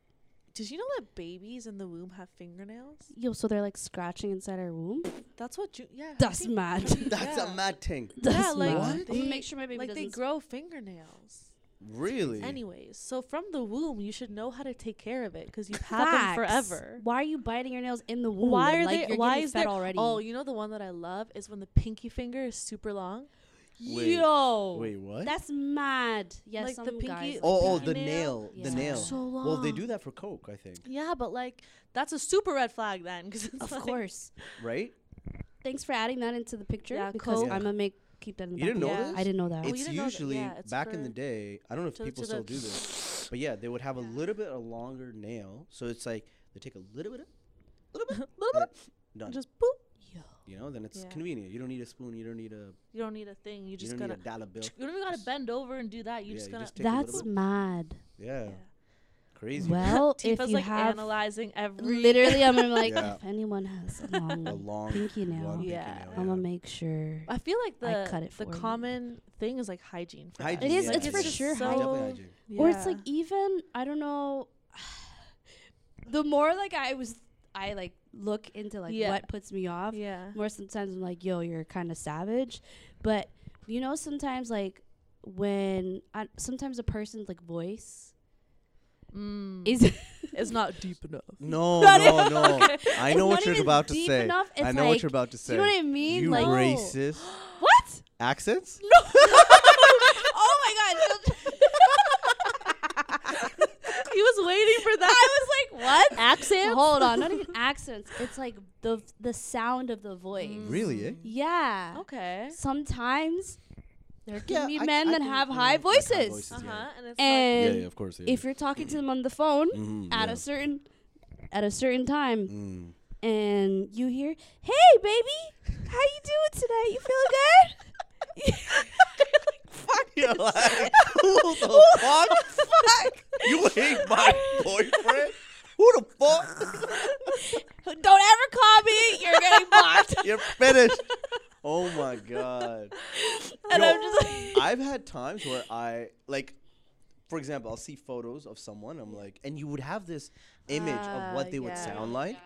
S3: Did you know that babies in the womb have fingernails?
S1: yo, so they're like scratching inside our womb.
S3: That's what you. Yeah. I
S1: That's
S3: think-
S1: mad.
S2: that's
S3: Yeah.
S2: a mad thing.
S1: That's
S3: yeah, like
S1: mad. I'm
S3: they-
S1: gonna make sure my baby
S3: like they
S1: doesn't.
S3: grow fingernails.
S2: Really?
S3: Anyways, so from the womb, you should know how to take care of it because you've had them
S1: Facts.
S3: forever.
S1: Why are you biting your nails in the womb?
S3: Why are
S1: like,
S3: they?
S1: You're
S3: Why
S1: getting
S3: is
S1: fed
S3: there?
S1: already?
S3: Oh, you know the one that I love is when the pinky finger is super long.
S2: Wait.
S1: yo,
S3: oh,
S2: Wait, what?
S1: that's mad. Yes,
S3: Like the
S1: some
S3: pinky-
S1: guys.
S3: Oh,
S2: oh, oh,
S3: pinky
S2: the
S3: nail.
S2: nail, the
S1: Yeah.
S2: nail.
S3: So
S2: Well, they
S3: long.
S2: do that for coke, I think,
S3: Yeah, but like that's a super red flag then, because
S1: Of course.
S2: right?
S1: Thanks for adding that into the picture
S3: Yeah,
S1: because
S3: Coke.
S1: I'm gonna make keep that in the
S2: You didn't
S1: back of
S3: know
S1: my-
S3: this?
S1: I didn't know that.
S3: Oh, you
S2: it's
S3: didn't know that.
S2: usually
S3: Yeah, it's
S2: back in the
S3: for-
S2: day. I don't know if
S3: to-
S2: people
S3: to
S2: still
S3: the-
S2: do this, but yeah, they would have a little bit of longer nail, so it's like they take a little bit, a little bit,
S3: Little
S2: and done.
S3: Just boop.
S1: Yo.
S2: you know, then it's
S3: Yeah.
S2: convenient. You don't need a spoon. You don't need a.
S3: You don't need a thing. You
S2: You,
S3: just
S2: don't need
S3: gotta.
S2: a dollar bill.
S3: You don't even gotta bend over and do that. You
S2: Yeah,
S3: just
S2: you
S3: gotta.
S2: just take a little
S1: That's
S2: bit.
S1: mad.
S2: Yeah,
S3: Yeah.
S2: crazy.
S1: Well, if
S3: Tifa's
S1: you
S3: like
S1: have
S3: analyzing every.
S1: literally, I'm gonna be like,
S2: Yeah.
S1: if anyone has a long,
S2: a long
S1: pinky nail,
S2: long pinky
S3: Yeah.
S2: nail,
S1: I'm gonna make sure.
S3: I feel like
S1: I
S3: the
S1: cut it
S3: the
S1: for you.
S3: common thing is like hygiene. For
S2: Hygiene,
S3: us.
S1: It is,
S2: yeah,
S3: Like,
S1: it's for
S3: just
S1: sure
S2: It's definitely
S1: so-
S2: hygiene.
S1: Or it's like
S3: yeah.
S1: even I don't know. the more like I was, I like look into like
S3: Yeah.
S1: what puts me off.
S3: Yeah.
S1: more sometimes I'm like, yo, you're kind of savage. But you know, sometimes like when I, sometimes a person's like voice
S3: Mm.
S1: is
S3: It's not deep enough.
S2: No,
S1: Not
S2: no,
S1: even-
S2: no.
S1: okay.
S2: I
S1: It's
S2: know
S1: not
S2: what you're
S1: even
S2: about to
S1: deep
S2: say.
S1: enough.
S2: I
S1: It's
S2: know
S1: like-
S2: what you're about
S1: do
S2: to say.
S1: you know what I mean?
S2: You
S1: like
S2: racist.
S1: what?
S2: Accents?
S1: No. oh my god.
S3: he was waiting for that.
S1: I was like, what?
S3: Accents?
S1: Hold on, not even accents. It's like the the sound of the voice.
S2: Really, eh?
S1: Yeah.
S3: Mm. Okay.
S1: Sometimes there can
S2: Yeah,
S1: be
S2: I-
S1: men
S2: I
S1: that
S2: can-
S1: have
S2: yeah,
S1: high
S2: like high
S1: voices.
S2: voices,
S3: Uh huh. And it's like,
S1: And
S2: of course. yeah.
S1: if you're talking to them on the phone
S2: Mhm,
S1: at
S2: yeah.
S1: a certain at a certain time
S2: Mm.
S1: and you hear hey baby how you doing tonight you feel good
S2: You're like, who the fuck? You hate my boyfriend? Who the fuck?
S1: don't ever call me you're getting blocked
S2: You're finished. Oh my god.
S1: and
S2: Yo,
S1: i'm just like
S2: I've had times where I like, for example, I'll see photos of someone. I'm like, and you would have this image
S3: Ah,
S2: of what they would
S3: yeah.
S2: sound like,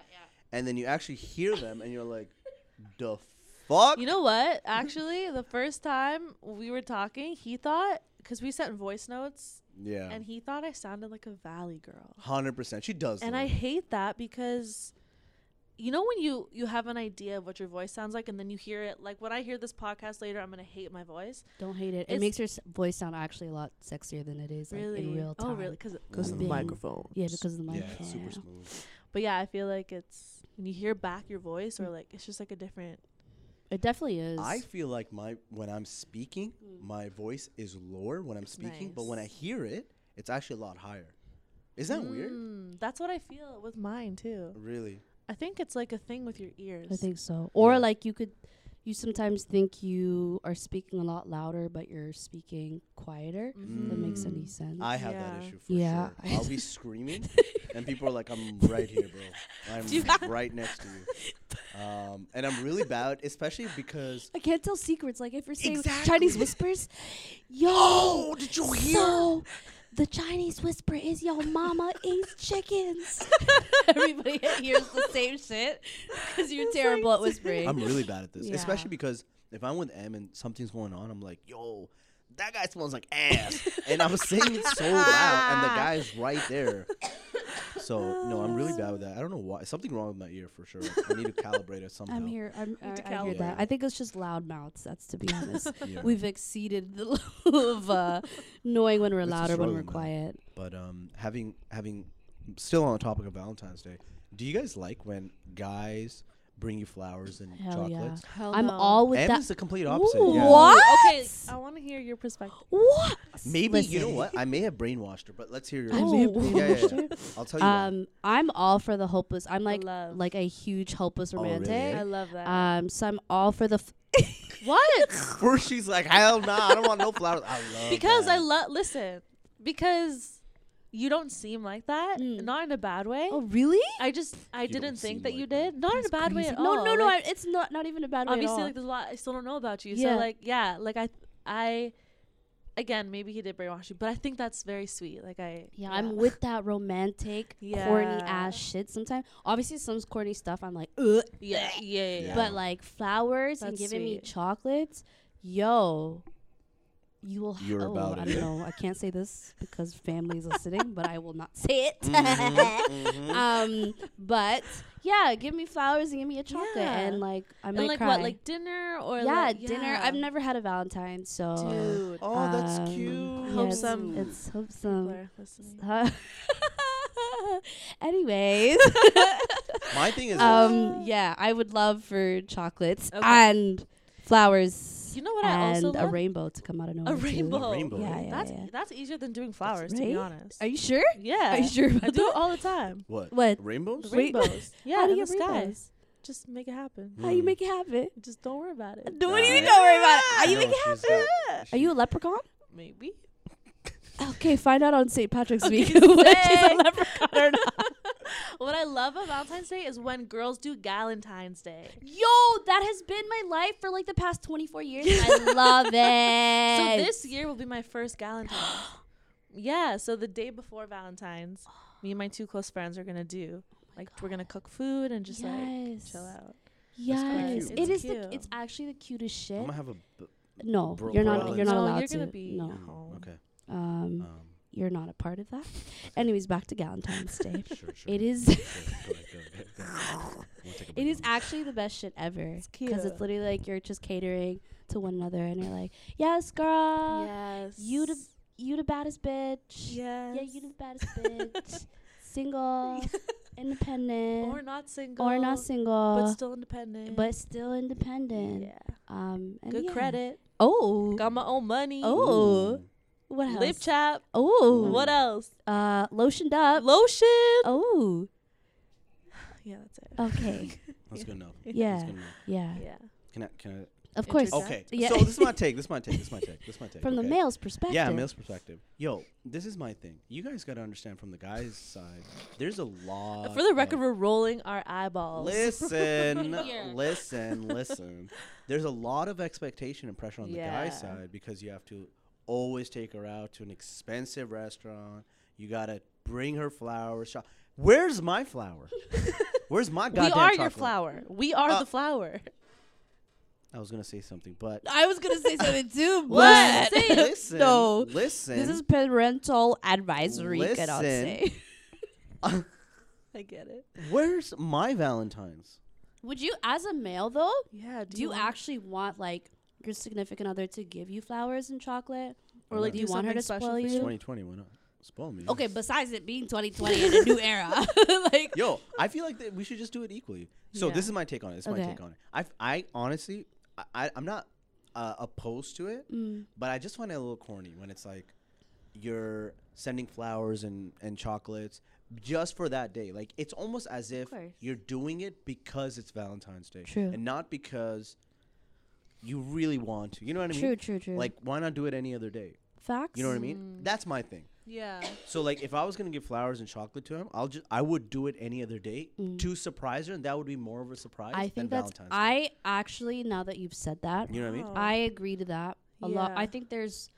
S2: and then you actually hear them, and you're like, the fuck.
S3: You know what? Actually, the first time we were talking, he thought because we sent voice notes,
S2: yeah.
S3: and he thought I sounded like a valley girl,
S2: Hundred percent. She does.
S3: and
S2: though.
S3: I hate that because. You know when you you have an idea of what your voice sounds like, and then you hear it. Like when I hear this podcast later, I'm gonna hate my voice.
S1: don't hate it
S3: It's-
S1: it makes your s- voice sound actually a lot sexier than it is like,
S3: Really?
S1: in real time
S3: Oh, really? Because
S1: Because of the Being- microphone. yeah because of the
S2: Yeah,
S1: microphone
S2: it's super
S1: yeah.
S2: smooth.
S3: But yeah, I feel like it's when you hear back your voice,
S1: Mm.
S3: or like it's just like a different.
S1: it definitely is
S2: I feel like my when I'm speaking, my voice is lower when I'm speaking, but when I
S3: nice.
S2: hear it, it's actually a lot higher. Is that weird?
S3: Mm, that's what I feel with mine too.
S2: Really?
S3: I think it's like a thing with your ears.
S1: I think so. Or
S2: Yeah.
S1: like you could, you sometimes think you are speaking a lot louder, but you're speaking quieter.
S3: Mm-hmm.
S1: If that makes any sense.
S2: I have that
S3: Yeah.
S2: issue for
S1: Yeah.
S2: sure. I'll be screaming, and people are like, "I'm right here, bro. I'm
S3: you-
S2: right next to you." Um, and I'm really bad, especially because
S1: I can't tell secrets. Like if you're saying
S2: Exactly.
S1: Chinese whispers, yo, Oh,
S2: did you hear?
S1: So the Chinese whisper is yo mama eats chickens. Everybody hears the same shit because you're terrible at whispering.
S2: I'm really bad at this,
S1: Yeah.
S2: especially because if I'm with M and something's going on, I'm like, "Yo, that guy smells like ass," and I'm saying it so loud, and the guy's right there. So no, I'm really bad with that. I don't know why. Something wrong with my ear for sure. I need to calibrate it somehow.
S1: I'm here. I'm, I, I hear
S2: calibrate.
S1: that. I think it's just loud mouths. That's to be honest.
S2: Yeah.
S1: We've exceeded the level of uh, knowing when we're
S2: It's a
S1: loud or when
S2: struggle,
S1: we're
S2: man.
S1: quiet.
S2: But um, having having still on the topic of Valentine's Day, do you guys like when guys bring you flowers and
S1: Hell yeah.
S2: chocolates?
S3: Hell
S1: I'm
S3: no.
S1: all with
S2: M
S1: that.
S2: is the complete opposite.
S1: Ooh,
S2: yeah.
S1: What?
S3: Okay, I want to hear your perspective.
S1: What?
S2: Maybe you know
S1: Listen.
S2: what? I may have brainwashed her, but let's hear your.
S1: I may have
S2: response. yeah, yeah, yeah.
S1: brainwashed
S2: I'll tell you. why.
S1: Um, I'm all for the hopeless. I'm like
S3: Love.
S1: like a huge hopeless
S2: really,
S1: romantic.
S2: eh?
S3: I love that.
S1: Um, so I'm all for the. F- what?
S2: First, she's like, "Hell no, I don't want no flowers." I love
S3: because I
S2: that.
S3: love listen because you don't seem like that
S1: Mm.
S3: not in a bad way
S1: Oh, really?
S3: I just I
S2: You don't
S3: didn't
S2: seem
S3: think that you
S2: like
S3: did
S2: that.
S3: not in a bad way
S1: Crazy.
S3: at
S1: no,
S3: all
S1: no, no.
S3: Like,
S1: I- it's not not even a bad way at
S3: obviously
S1: all.
S3: like there's a lot I still don't know about you
S1: Yeah.
S3: so like yeah like I I again maybe he did brainwash you but I think that's very sweet like I
S1: yeah, I'm with that romantic, corny ass
S3: Yeah.
S1: shit. Sometimes, obviously, some corny stuff. I'm like, Ugh.
S3: yeah yeah yeah, yeah.
S1: but like flowers and
S3: That's
S1: giving me
S3: sweet.
S1: chocolates, yo, you will.
S2: You're
S1: oh,
S2: about
S1: I
S2: it.
S1: don't know. I can't say this because family's listening, but I will not say it.
S2: Mm-hmm.
S1: um, but yeah, give me flowers and give me a chocolate,
S3: Yeah.
S1: and like I might
S3: and like
S1: cry.
S3: what like dinner or
S1: yeah,
S3: like,
S1: dinner.
S3: yeah.
S1: I've never had a Valentine's, so.
S3: dude
S2: Oh, that's
S1: Um,
S2: cute.
S1: yeah, it's-
S3: Hopesome.
S1: It's
S3: people
S1: hopesome.
S3: are listening.
S1: Huh? Anyways,
S2: My thing is,
S1: um, yeah, I would love for chocolates
S3: Okay.
S1: and flowers.
S3: You know what I
S1: and
S3: also
S1: a
S3: love?
S1: rainbow to come out of
S3: a
S1: nowhere. too.
S3: rainbow.
S2: Oh, rainbow.
S1: Yeah, yeah,
S3: that's
S1: yeah.
S3: that's easier than doing flowers to
S1: right?
S3: be honest
S1: Are you sure?
S3: yeah
S1: Are you sure
S3: I
S1: about
S3: do it
S1: that?
S3: all the time
S2: what?
S1: What?
S2: Rainbows?
S1: Wait.
S3: rainbows.
S1: How
S3: yeah,
S1: do
S3: in
S1: you
S3: the
S1: get
S3: skies.
S1: rainbows?
S3: Just make it happen.
S2: Hmm.
S1: How you make it happen?
S3: Just don't worry about it.
S1: Do what do you mean
S2: Nah.
S1: don't worry about it? How you
S2: No,
S1: make it
S2: she's
S1: happen?
S2: got-
S1: Are you a leprechaun?
S3: Maybe.
S1: Okay, find out on St. Patrick's
S3: Okay,
S1: week whether she's a
S3: sick.
S1: leprechaun or not.
S3: What I love about Valentine's Day is when girls do Galentine's Day.
S1: Yo, that has been my life for like the past 24 years. I love it.
S3: So this year will be my first Galentine's. yeah, so the day before Valentine's, me and my two close friends are gonna do like we're gonna cook food and just like chill
S1: Oh Yes.
S3: out.
S2: kinda
S1: Yes,
S2: cute.
S1: it is.
S3: It's
S1: The,
S3: cute.
S1: it's actually the cutest
S2: I'm
S1: shit.
S2: gonna have a. b-
S1: no,
S2: bro-
S1: you're not.
S2: bro-
S1: You're not
S3: No,
S1: allowed
S3: you're
S1: to.
S3: gonna be-
S1: no,
S3: No.
S2: hmm, Okay.
S1: um,
S2: Um,
S1: you're not a part of that. Anyways, back to Valentine's Day.
S2: sure, sure.
S1: it is.
S2: Go ahead, go ahead, go ahead, go ahead. We'll take a
S1: It
S2: break
S1: is
S2: on
S1: actually the best shit ever because it's
S3: cute.
S1: literally like you're just catering to one another, and you're like, "Yes, girl,
S3: yes.
S1: Uh, you the you the baddest bitch.
S3: Yes.
S1: Yeah, you the baddest bitch. Single, independent,
S3: or not single.
S1: or not single,
S3: But still independent.
S1: but still independent.
S3: yeah.
S1: Um, and
S3: Good
S1: yeah.
S3: credit.
S1: Oh,
S3: Got my own money.
S2: that.
S1: Oh,
S2: Ooh.
S1: what else?
S3: Lip chap.
S1: Oh,
S3: What else?
S1: Uh, lotioned up.
S3: Lotion.
S1: oh,
S3: Yeah, that's it.
S1: okay.
S2: That's good enough. That's
S1: yeah,
S2: good enough.
S1: yeah.
S3: Yeah.
S2: Can I? Can
S1: Of course.
S2: I? Okay.
S1: Yeah.
S2: So this is my take. This is my take. This is my take. This is my take.
S1: From the
S2: okay?
S1: male's perspective.
S2: Yeah, male's perspective. Yo, this is my thing. You guys got to understand from the guy's side. There's a lot.
S3: For the
S2: of-
S3: record, we're rolling our eyeballs.
S2: Listen,
S1: Yeah.
S2: listen, listen. There's a lot of expectation and pressure on the
S3: Yeah.
S2: guy's side because you have to always take her out to an expensive restaurant. You gotta bring her flowers. sho- Where's my flower? Where's my
S3: we are
S2: goddamn
S3: your
S2: chocolate?
S3: flower. We are
S2: Uh,
S3: the flower.
S2: I was gonna say something, but
S1: I was gonna say something too,
S2: Listen,
S1: but
S2: listen,
S1: no.
S2: listen.
S1: This is parental advisory. I Cannot
S2: Listen.
S1: say.
S3: I get it.
S2: where's my Valentine's?
S1: Would you, as a male though,
S3: Yeah.
S1: do you actually want like your significant other to give you flowers and chocolate, or
S2: Why
S1: like
S2: not?
S1: do
S3: Do
S1: you want her
S3: something
S1: to
S3: special
S1: spoil
S3: for
S2: It's
S1: you?
S2: 2020. Why not? Spoil me.
S1: Okay, besides it being 2020 and a new era, like
S2: Yo, I feel like that we should just do it equally. So
S3: Yeah.
S2: this is my take on it. This is
S1: Okay.
S2: my take on it. I, I honestly, I- I, I'm not uh, opposed to it,
S1: Mm.
S2: but I just find it a little corny when it's like you're sending flowers and and chocolates just for that day. Like it's almost as if
S1: course.
S2: you're doing it because it's Valentine's Day,
S1: True.
S2: and not because you really want to. You know what I mean?
S1: True, true, Mm. true.
S2: Like, why not do it any other day?
S1: facts.
S2: You know what I mean? That's my thing.
S3: Yeah.
S2: So like, if I was gonna give flowers and chocolate to him, I'll just I would do it any other day to surprise her, and that would be more of a surprise
S1: I
S2: than
S1: think that's.
S2: Valentine's. Day.
S1: I actually now that you've said that,
S2: You know what I mean?
S3: Oh.
S1: I agree to that a lot.
S3: Yeah.
S1: I think there's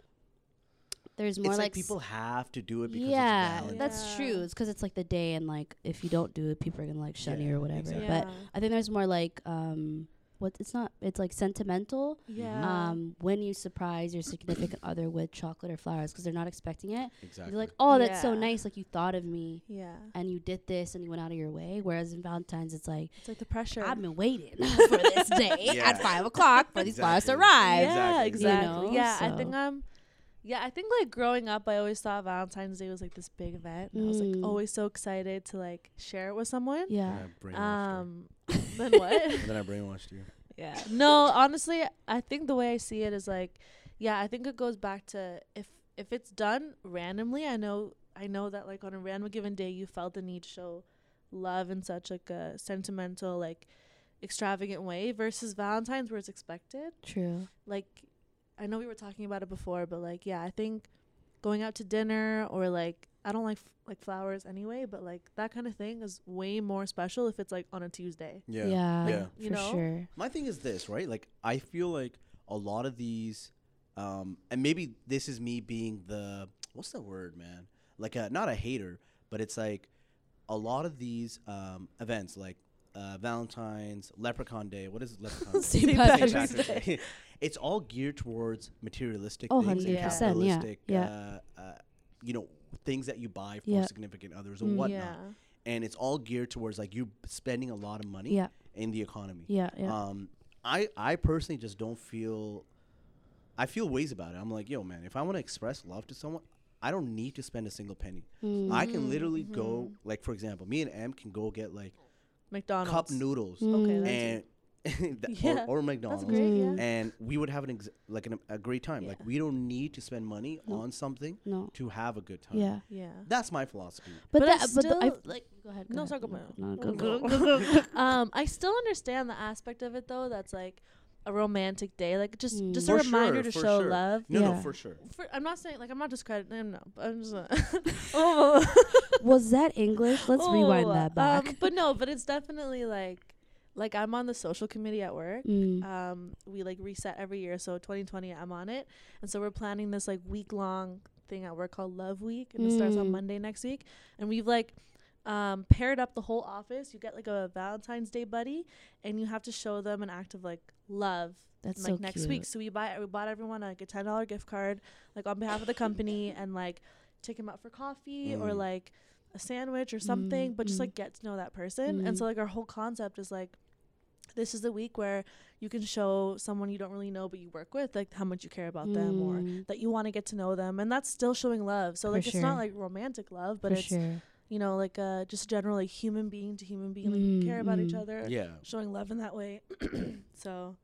S1: there's
S2: It's
S1: more
S2: like,
S1: like, s-
S2: people have to do it because
S1: yeah,
S2: it's Valentine's.
S1: that's
S3: Yeah.
S1: true. It's because it's like the day, and like if you don't do it, people are gonna like shun
S2: Yeah,
S1: you or whatever.
S2: exactly.
S1: But
S3: Yeah.
S1: I think there's more like um, what it's not. It's like sentimental.
S3: Yeah.
S1: Um, when you surprise your significant other with chocolate or flowers because they're not expecting it,
S2: Exactly.
S1: you're like, oh, that's so
S3: Yeah.
S1: nice. Like you thought of me.
S3: yeah.
S1: And you did this, and you went out of your way. Whereas in Valentine's, it's like
S3: It's like the pressure.
S1: I've been waiting for this day
S2: Yeah.
S1: at five o'clock for these flowers to
S2: Exactly.
S1: arrive.
S3: yeah,
S2: Exactly.
S3: exactly.
S1: You know,
S3: yeah, I
S1: so-
S3: think I'm. Yeah, I think like growing up, I always thought Valentine's Day was like this big event. And I was
S1: Mm.
S3: like always so excited to like share it with someone.
S1: Yeah.
S2: And I brainwashed her.
S3: Um, then what?
S2: And then I brainwashed you.
S3: Yeah. No, honestly, I think the way I see it is like, yeah, I think it goes back to if if it's done randomly, I know I know that like on a random given day you felt the need to show love in such like a sentimental like extravagant way versus Valentine's where it's expected.
S1: True.
S3: Like I know we were talking about it before, but like yeah, I think going out to dinner or like I don't like f- like flowers anyway, but like that kind of thing is way more special if it's like on a Tuesday.
S1: Yeah.
S2: Yeah.
S1: Yeah.
S2: Yeah.
S1: For
S3: You know?
S1: sure.
S2: My thing is this, right? Like, I feel like a lot of these, um, and maybe this is me being the what's the word, man? Like, a, not a hater, but it's like a lot of these um, events, like uh, Valentine's, Leprechaun Day. What is Leprechaun? Day?
S1: St.
S3: Patrick's
S2: St.
S3: Day.
S2: Day. it's all geared towards materialistic
S1: Oh,
S2: things, and
S3: 100%,
S1: yeah,
S2: capitalistic,
S1: yeah.
S2: Uh, uh, you know, things that you buy for
S1: Yeah.
S2: significant others or
S1: Mm.
S2: whatnot.
S3: Yeah.
S2: And it's all geared towards like you spending a lot of money
S1: Yeah.
S2: in the economy.
S1: Yeah. Yeah.
S2: Um, I I personally just don't feel. I feel ways about it. I'm like, yo, man, if I want to express love to someone, I don't need to spend a single penny.
S1: Mm.
S2: I can literally go,
S1: Mm-hmm.
S2: like, for example, me and Em can go get like
S3: McDonald's.
S2: cup noodles
S1: Mm.
S3: Okay, that's
S2: and that-
S3: Yeah,
S2: or, or
S3: That's
S2: McDonald's,
S3: great. Yeah.
S2: and we would have an ex- like an, a great time. Like, we don't need to spend money on something
S1: no.
S2: to have a good time.
S1: Mm. Yeah.
S3: Yeah.
S2: that's my philosophy.
S1: But,
S3: But I
S1: that. But the, I
S3: still-
S1: like. Go ahead. Go
S3: No,
S1: ahead.
S3: sorry, go
S1: No,
S3: ahead.
S1: go- go-
S3: um, I still understand the aspect of it though. That's like a romantic day, like just
S1: Mm.
S3: just
S2: For
S3: a reminder
S2: sure,
S3: to
S2: for
S3: show
S2: sure.
S3: love.
S2: No,
S1: Yeah.
S2: no, for sure.
S3: For, I'm not saying like I'm not discrediting him. No, but I'm just. uh, oh,
S1: Was that English? Let's rewind
S3: oh,
S1: that back.
S3: Um, but no, but it's definitely like, like I'm on the social committee at work.
S1: Mm.
S2: uh,
S3: Um, we like reset every year, so 2020 I'm on it, and so we're planning this like week long thing at work called Love Week, and it starts on
S1: Mm.
S3: Monday next week, and we've like um paired up the whole office. You get like a Valentine's Day buddy, and you have to show them an act of like love.
S1: That's
S3: like
S1: so
S3: next
S1: cute.
S3: week, so we buy we bought everyone like a ten dollar gift card, like on behalf of the company, and like take them out for coffee or
S2: Mm.
S3: like a sandwich or something,
S1: Mm,
S3: but
S1: mm.
S3: just like get to know that person.
S1: Mm.
S3: And so like our whole concept is like this is the week where you can show someone you don't really know but you work with like how much you care about them or
S1: Mm.
S3: that you want to get to know them and that's still showing love. So
S1: For
S3: like it's
S1: sure.
S3: not like romantic love, but
S1: For
S3: it's
S1: sure.
S3: you know like uh just general like human being to human being like you
S1: Mm,
S3: care about each
S1: mm.
S3: other,
S2: Yeah,
S3: showing love in that way. so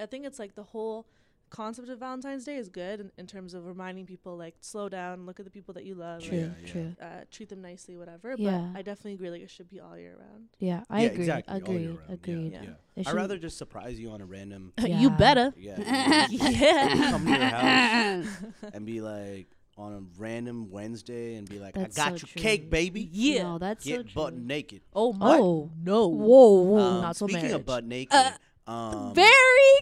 S3: I think it's like the whole concept of Valentine's Day is good in, in terms of reminding people like slow down, look at the people that you love, like,
S1: True.
S2: yeah.
S1: True.
S3: uh, treat them nicely, whatever.
S1: Yeah.
S3: But I definitely agree, like it should be all year round.
S1: Yeah. I
S2: yeah,
S1: agree.
S2: exactly. all year
S1: Agreed.
S2: round. Yeah,
S1: Agreed.
S2: Yeah,
S3: Yeah.
S1: They
S2: I'd
S1: shouldn't-
S2: rather just surprise you on a random.
S1: You Yeah. better.
S2: Yeah.
S3: yeah.
S2: come to your house and be like on a random Wednesday and be like,
S1: That's
S2: I
S1: so
S2: got you
S1: true.
S2: cake, baby.
S3: Yeah.
S1: No, that's so
S2: Get
S1: true.
S2: butt naked.
S3: Oh
S1: my- Oh.
S3: no.
S1: Whoa, whoa,
S2: Um,
S1: not so
S2: speaking
S1: marriage.
S2: of butt naked, um,
S1: Very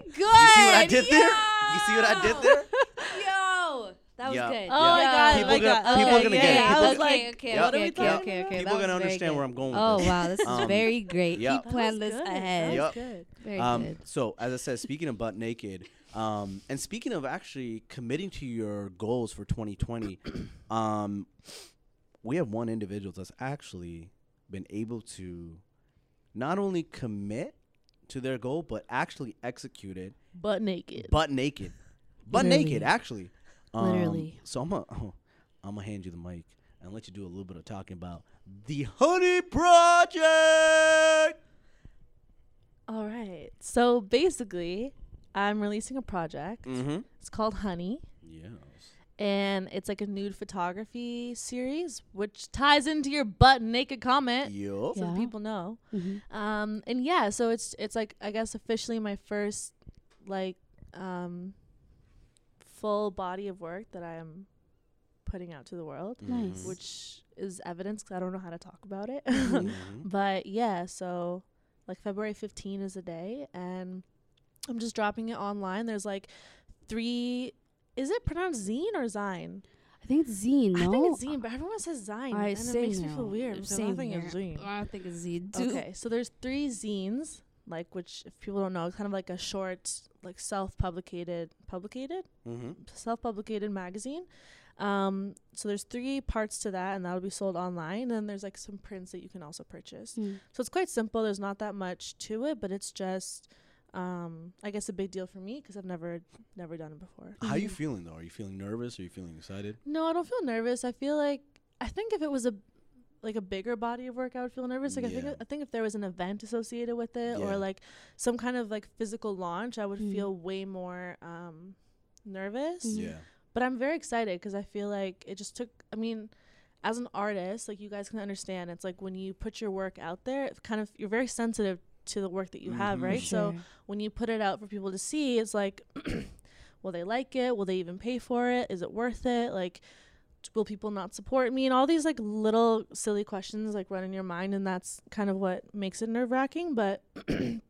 S1: good. You see
S2: you see what I did there? You see what I did there?
S1: Yo, that was
S2: Yeah.
S1: good.
S3: Oh my
S1: Yo.
S3: god.
S2: People
S3: my
S2: gonna-
S3: god.
S2: people
S3: okay,
S2: gonna
S3: yeah,
S2: get it.
S3: yeah,
S2: People
S3: I was
S2: gonna-
S3: like,
S1: okay,
S2: Yep.
S1: okay,
S3: Yep.
S1: okay,
S2: Yep.
S1: okay, okay.
S2: People
S1: that
S2: gonna
S1: was very
S2: understand
S1: good.
S2: where I'm going with
S1: Oh
S2: this.
S1: wow, this is
S2: Um,
S1: very great.
S2: yeah.
S1: He planned
S3: That was
S1: this
S3: good.
S1: ahead.
S2: Yep.
S3: That was good.
S1: Very
S2: Um,
S1: good.
S2: so, as I said, speaking of butt naked, um, and speaking of actually committing to your goals for 2020, um, we have one individual that's actually been able to not only commit to their goal, but actually execute it
S3: Butt naked.
S2: butt naked, butt
S1: Literally.
S2: naked actually. Um,
S1: Literally.
S2: So I'm gonna, I'm gonna hand you the mic and let you do a little bit of talking about the Honey Project.
S3: All right. So basically, I'm releasing a project.
S2: Mm-hmm.
S3: It's called Honey.
S2: Yes.
S3: And it's like a nude photography series, which ties into your butt naked comment.
S2: Yup.
S3: So
S1: Yeah.
S3: people know.
S1: Mhm.
S3: Um, and yeah, so it's it's like I guess officially my first like um, full body of work that I am putting out to the world,
S2: Mm.
S1: Nice.
S3: which is evidence 'cause I don't know how to talk about it.
S2: Mhm.
S3: But yeah, so like February 15 is a day and I'm just dropping it online. There's like three is it pronounced zine or zine?
S1: I think it's zine. No,
S3: I think it's zine, but everyone says zine
S1: I
S3: and it makes me feel
S1: same
S3: weird.
S1: here.
S3: because I
S1: Same
S3: think it's
S1: here.
S3: zine.
S1: I don't think it's zine too.
S3: Okay, so there's three zines, like which if people don't know, it's kind of like a short like self-publicated publicated
S2: Mhm.
S3: Mm-hmm. self-publicated magazine. Um, so there's three parts to that, and that'll be sold online. And then there's like some prints that you can also purchase.
S1: Mm.
S3: So it's quite simple. There's not that much to it, but it's just, um, I guess, a big deal for me 'cause I've never, never done it before.
S2: How you feeling though? Are you feeling nervous? Are you feeling excited?
S3: No, I don't feel nervous. I feel like I think if it was a, like a bigger body of work, I would feel nervous. Like I
S2: Yeah.
S3: think I think if there was an event associated with it
S2: Yeah.
S3: or like some kind of like physical launch, I would
S1: Mm.
S3: feel way more um, nervous.
S1: Mhm.
S2: Yeah.
S3: But I'm very excited 'cause I feel like it just took. I mean, as an artist, like you guys can understand, it's like when you put your work out there, it kind of you're very sensitive to the work that you have,
S2: Mhm.
S3: right? So
S1: Sure.
S3: when you put it out for people to see, it's like, will they like it? Will they even pay for it? Is it worth it? Like, t- will people not support me? And all these like little silly questions like run in your mind, and that's kind of what makes it nerve wracking. But I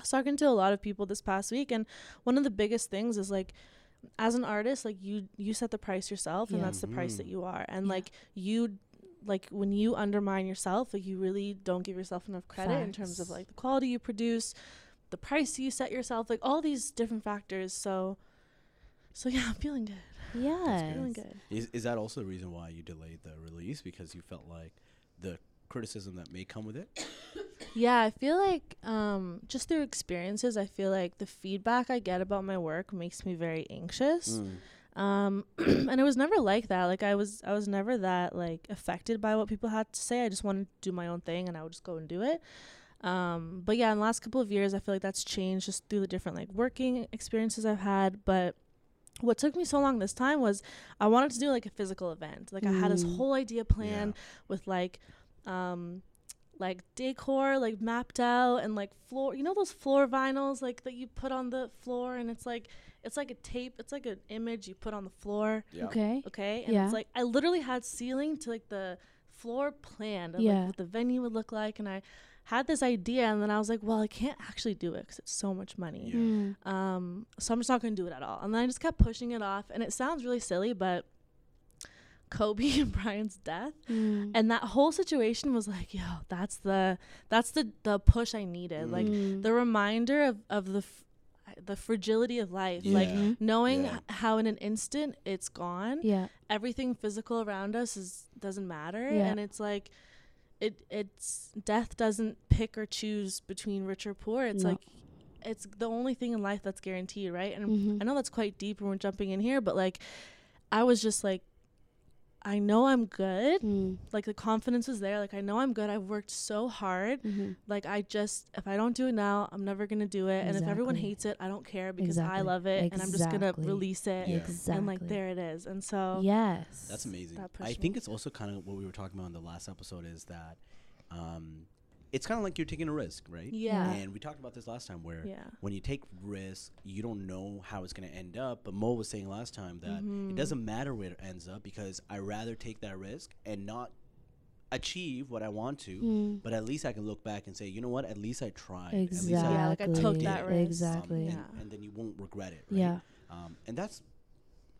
S3: was talking to a lot of people this past week, and one of the biggest things is like, as an artist, like you you set the price yourself, and
S1: Yeah.
S3: that's the price that
S2: Mhm.
S3: you are, and
S1: Yeah.
S3: like you like when you undermine yourself like you really don't give yourself enough credit in terms of
S1: Facts.
S3: like the quality you produce the price you set yourself like all these different factors so so yeah i'm feeling good
S1: yeah.
S3: feeling good
S2: Is is that also the reason why you delayed the release because you felt like the criticism that may come with it?
S3: yeah i feel like um just through experiences i feel like the feedback i get about my work makes me very anxious um and it was never like that like i was i was never that like affected by what people had to say i just wanted to do my own thing and i would just go and do it um but yeah in the last couple of years i feel like that's changed just through the different like working experiences i've had but what took me so long this time was i wanted to do like a physical event like i had this
S1: Mm.
S3: whole idea planned with like um like decor like mapped out and like floor you know those floor vinyls like that you put on the floor and it's like it's like a tape it's like an image you put on the floor
S2: Yeah.
S1: Okay.
S3: okay and
S1: Yeah.
S3: it's like i literally had ceiling to like the floor planned of
S1: Yeah.
S3: like what the venue would look like and i had this idea and then i was like well i can't actually do it because it's so much money
S2: Yeah.
S1: Mm.
S3: um so i'm just not gonna do it at all and then i just kept pushing it off and it sounds really silly but kobe and brian's death
S1: Mm.
S3: and that whole situation was like yo that's the that's the the push i needed like
S1: Mm.
S3: the reminder of of the f- the fragility of life like
S2: Yeah.
S3: knowing
S2: Yeah.
S3: h- how in an instant it's gone
S1: yeah.
S3: everything physical around us is doesn't matter
S1: Yeah.
S3: and it's like it it's death doesn't pick or choose between rich or poor it's
S1: No.
S3: like it's the only thing in life that's guaranteed right and
S1: Mhm.
S3: i know that's quite deep and we're jumping in here but like i was just like i know i'm good
S1: Mm.
S3: like the confidence was there like i know i'm good i've worked so hard
S1: Mhm.
S3: like i just if i don't do it now i'm never gonna do it and if everyone
S1: Exactly.
S3: hates it i don't care because i
S1: Exactly.
S3: love it and i'm just gonna
S1: Exactly.
S3: release it
S2: Yeah.
S1: Exactly.
S3: and like there it is and so
S1: Yes.
S2: That's amazing.
S3: That
S2: I
S3: pushed
S2: think
S3: me.
S2: it's also kind of what we were talking about in the last episode is that um, it's kind of like you're taking a risk, right?
S3: Yeah.
S2: And we talked about this last time where
S3: Yeah.
S2: when you take risks, you don't know how it's going to end up. But Mo was saying last time that
S3: Mm-hmm.
S1: Mm.
S2: it doesn't matter where it ends up because I rather take that risk and not achieve what I want to,
S1: Mm.
S2: but at least I can look back and say, you know what? At least I tried.
S1: Exactly.
S2: At least I
S3: Yeah, like, I took
S2: did
S3: that
S2: it.
S3: risk.
S1: Exactly.
S2: Um, and,
S3: Yeah.
S2: and then you won't regret it. Right?
S1: Yeah.
S2: Um, and that's,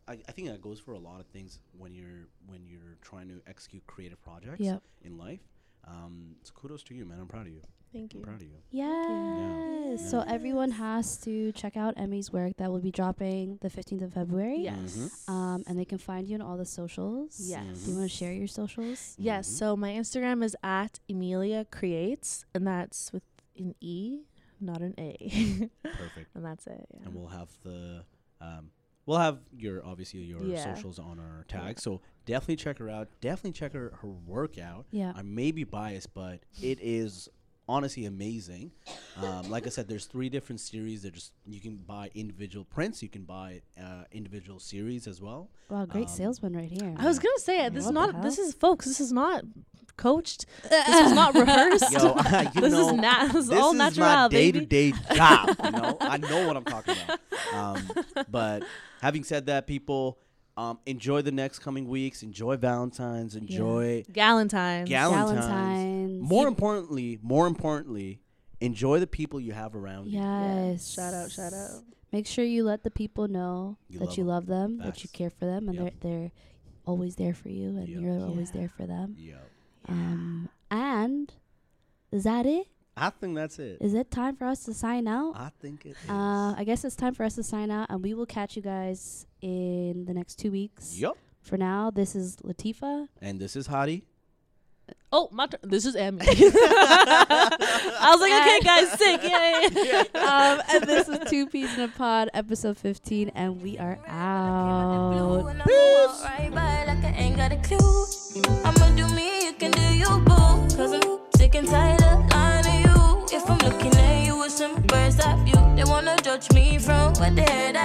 S2: I, I think that goes for a lot of things when you're when you're trying to execute creative projects
S1: Yep.
S2: in life. Um, so kudos to you, man. I'm proud of you.
S3: thank
S2: I'm
S3: you
S2: proud of you.
S1: Yes. So everyone has to check out Emmy's work that will be dropping the 15th of February.
S3: yes
S2: Mm-hmm.
S1: Um, and they can find you on all the socials.
S3: yes
S1: Do you want to share your socials?
S3: yes
S2: Mhm.
S3: so my instagram is at amelia creates and that's with an e not an a
S2: Perfect.
S3: and that's it yeah.
S2: And we'll have the um, we'll have your obviously your
S3: Yeah.
S2: socials on our tag. So definitely check her out. Definitely check her her work out.
S1: Yeah.
S2: I may be biased, but it is honestly amazing. Um, like I said, there's three different series. That just you can buy individual prints. You can buy uh, individual series as well.
S1: Wow, great
S2: Um,
S1: salesman right here.
S3: i was gonna say it. this
S1: What
S3: is
S1: the
S3: not this
S1: hell?
S3: is folks this is not coached. This was not rehearsed.
S2: Yo, you
S3: this
S2: know,
S3: is not. This is
S2: this
S3: all
S2: is
S3: natural,
S2: my
S3: baby.
S2: day-to-day job. You know, I know what I'm talking about. Um, but having said that, people, um, enjoy the next coming weeks. Enjoy Valentine's. Enjoy
S3: Galentine's.
S2: Galentine's.
S1: Galentine's.
S2: More importantly, more importantly, enjoy the people you have around you.
S3: Yeah.
S1: Yes.
S3: Shout out, shout out.
S1: Make sure you let the people know
S2: You
S1: that
S2: love
S1: you
S2: 'em.
S1: love them, that
S2: Facts.
S1: you care for them, and
S2: Yep.
S1: they're they're always there for you, and
S2: Yep.
S1: you're always
S3: Yeah.
S1: there for them.
S2: Yo,
S1: Um, and is that it?
S2: I think that's it.
S1: Is it time for us to sign out?
S2: I think it is.
S1: Uh, I guess it's time for us to sign out, and we will catch you guys in the next two weeks.
S2: Yup.
S1: For now, this is Latifa.
S2: And this is Hottie.
S3: Oh, my turn. This is Emmy. I was like, okay, guys, sick. Yay.
S1: um, and this is Two Peas in a Pod, episode 15, and we are out.
S4: Peace. Right by like I ain't got a clue. I'ma do me, you can do you, boo. Cause I'm sick and tired of lying to you. If I'm looking at you with some bird's eye view, they wanna judge me from what they heard